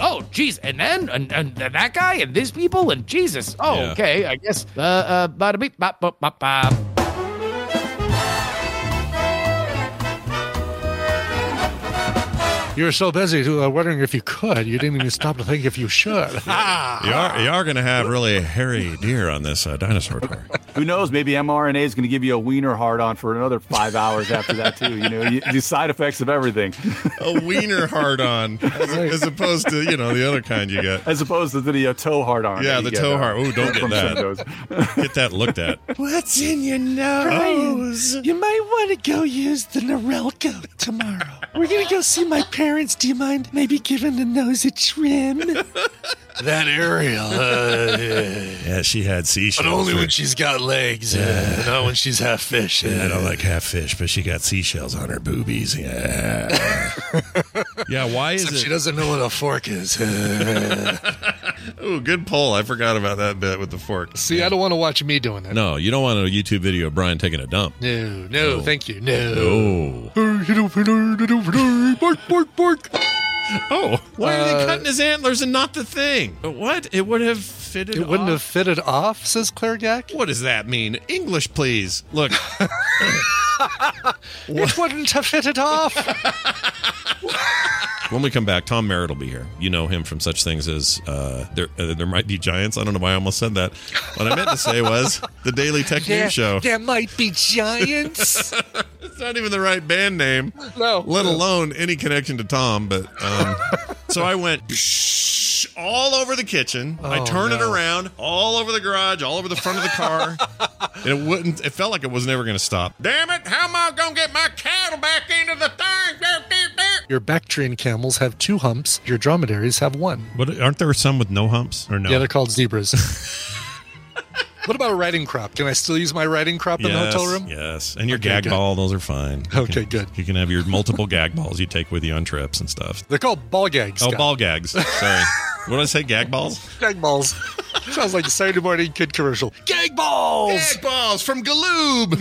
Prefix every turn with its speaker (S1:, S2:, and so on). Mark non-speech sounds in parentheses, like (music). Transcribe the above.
S1: oh, geez, and then and, and, and that guy and these people and Jesus. Oh,
S2: Yeah.
S1: okay, I guess. Uh, uh, bada beep, bop, bop, bop, bop.
S3: You were so busy uh, wondering if you could, you didn't even stop to think if you should. Ah!
S2: You are, you are going to have really a hairy deer on this uh, dinosaur tour.
S4: Who knows? Maybe mRNA is going to give you a wiener hard on for another five hours after that too. You know, you, the side effects of everything,
S2: A wiener hard on, as, as opposed to you know the other kind you get.
S4: as opposed to the uh, toe hard on.
S2: Yeah,
S4: that
S2: the
S4: you get,
S2: toe
S4: uh,
S2: hard. Ooh, don't get
S4: from some of
S2: that.
S4: those.
S2: Get that looked at. (laughs) What's in your nose?
S5: You might want to go use the Norelco tomorrow. We're going to go see my parents. Do you mind maybe giving the nose a trim?
S3: That Ariel. Uh, yeah.
S2: Yeah, she had seashells.
S3: But only
S2: for-
S3: when she's got legs, uh, not when she's half fish.
S2: Yeah, I don't uh, like half fish, but she got seashells on her boobies. Yeah. yeah. Why
S3: Except she doesn't know what a fork is.
S2: Ooh, good pull. I forgot about that bit with the fork.
S3: See, I don't want to watch me doing that.
S2: No, you don't want a YouTube video of Brian taking a dump.
S3: No, no, thank you. No.
S2: Oh.
S3: Bark, bark, bark.
S2: Oh. Why are they
S3: Uh,
S2: cutting his antlers and not the thing? What? It would have fitted.
S3: It wouldn't have
S2: off?
S3: fitted off, says Claire Gack.
S2: What does that mean? English, please. (laughs) Look.
S3: It wouldn't have fitted off.
S2: when we come back, Tom Merritt will be here. You know him from such things as uh, there. Uh, there might be giants. I don't know why I almost said that. What I meant to say was the Daily Tech News Show.
S3: there might be giants.
S2: It's not even the right band name.
S3: no.
S2: let alone any connection to Tom. But
S3: (laughs)
S2: um, so I went psh, all over the kitchen. I
S3: Oh,
S2: turned it
S3: no.
S2: around, all over the garage, all over the front of the
S3: (laughs)
S2: car. it wouldn't. It felt like it was never going to stop. Damn it! How am I going to get my cattle back into the thing?
S3: Your Bactrian camels have two humps. Your dromedaries have one.
S2: But aren't there some with no humps or no?
S3: Yeah, they're
S2: (laughs)
S3: called zebras. what about a riding crop? Can I still use my riding crop in the hotel room?
S2: Yes, and your
S3: Okay,
S2: gag
S3: good.
S2: ball; those are fine. You
S3: Okay,
S2: can-
S3: good.
S2: You can have your multiple gag balls you take with you on trips and stuff.
S3: They're called ball gags.
S2: Oh,
S3: Scott.
S2: ball gags.
S3: (laughs)
S2: Sorry, what did I say? Gag balls. (laughs)
S3: gag balls. Sounds like a Saturday morning kid commercial. Gag balls.
S2: balls from Galoob.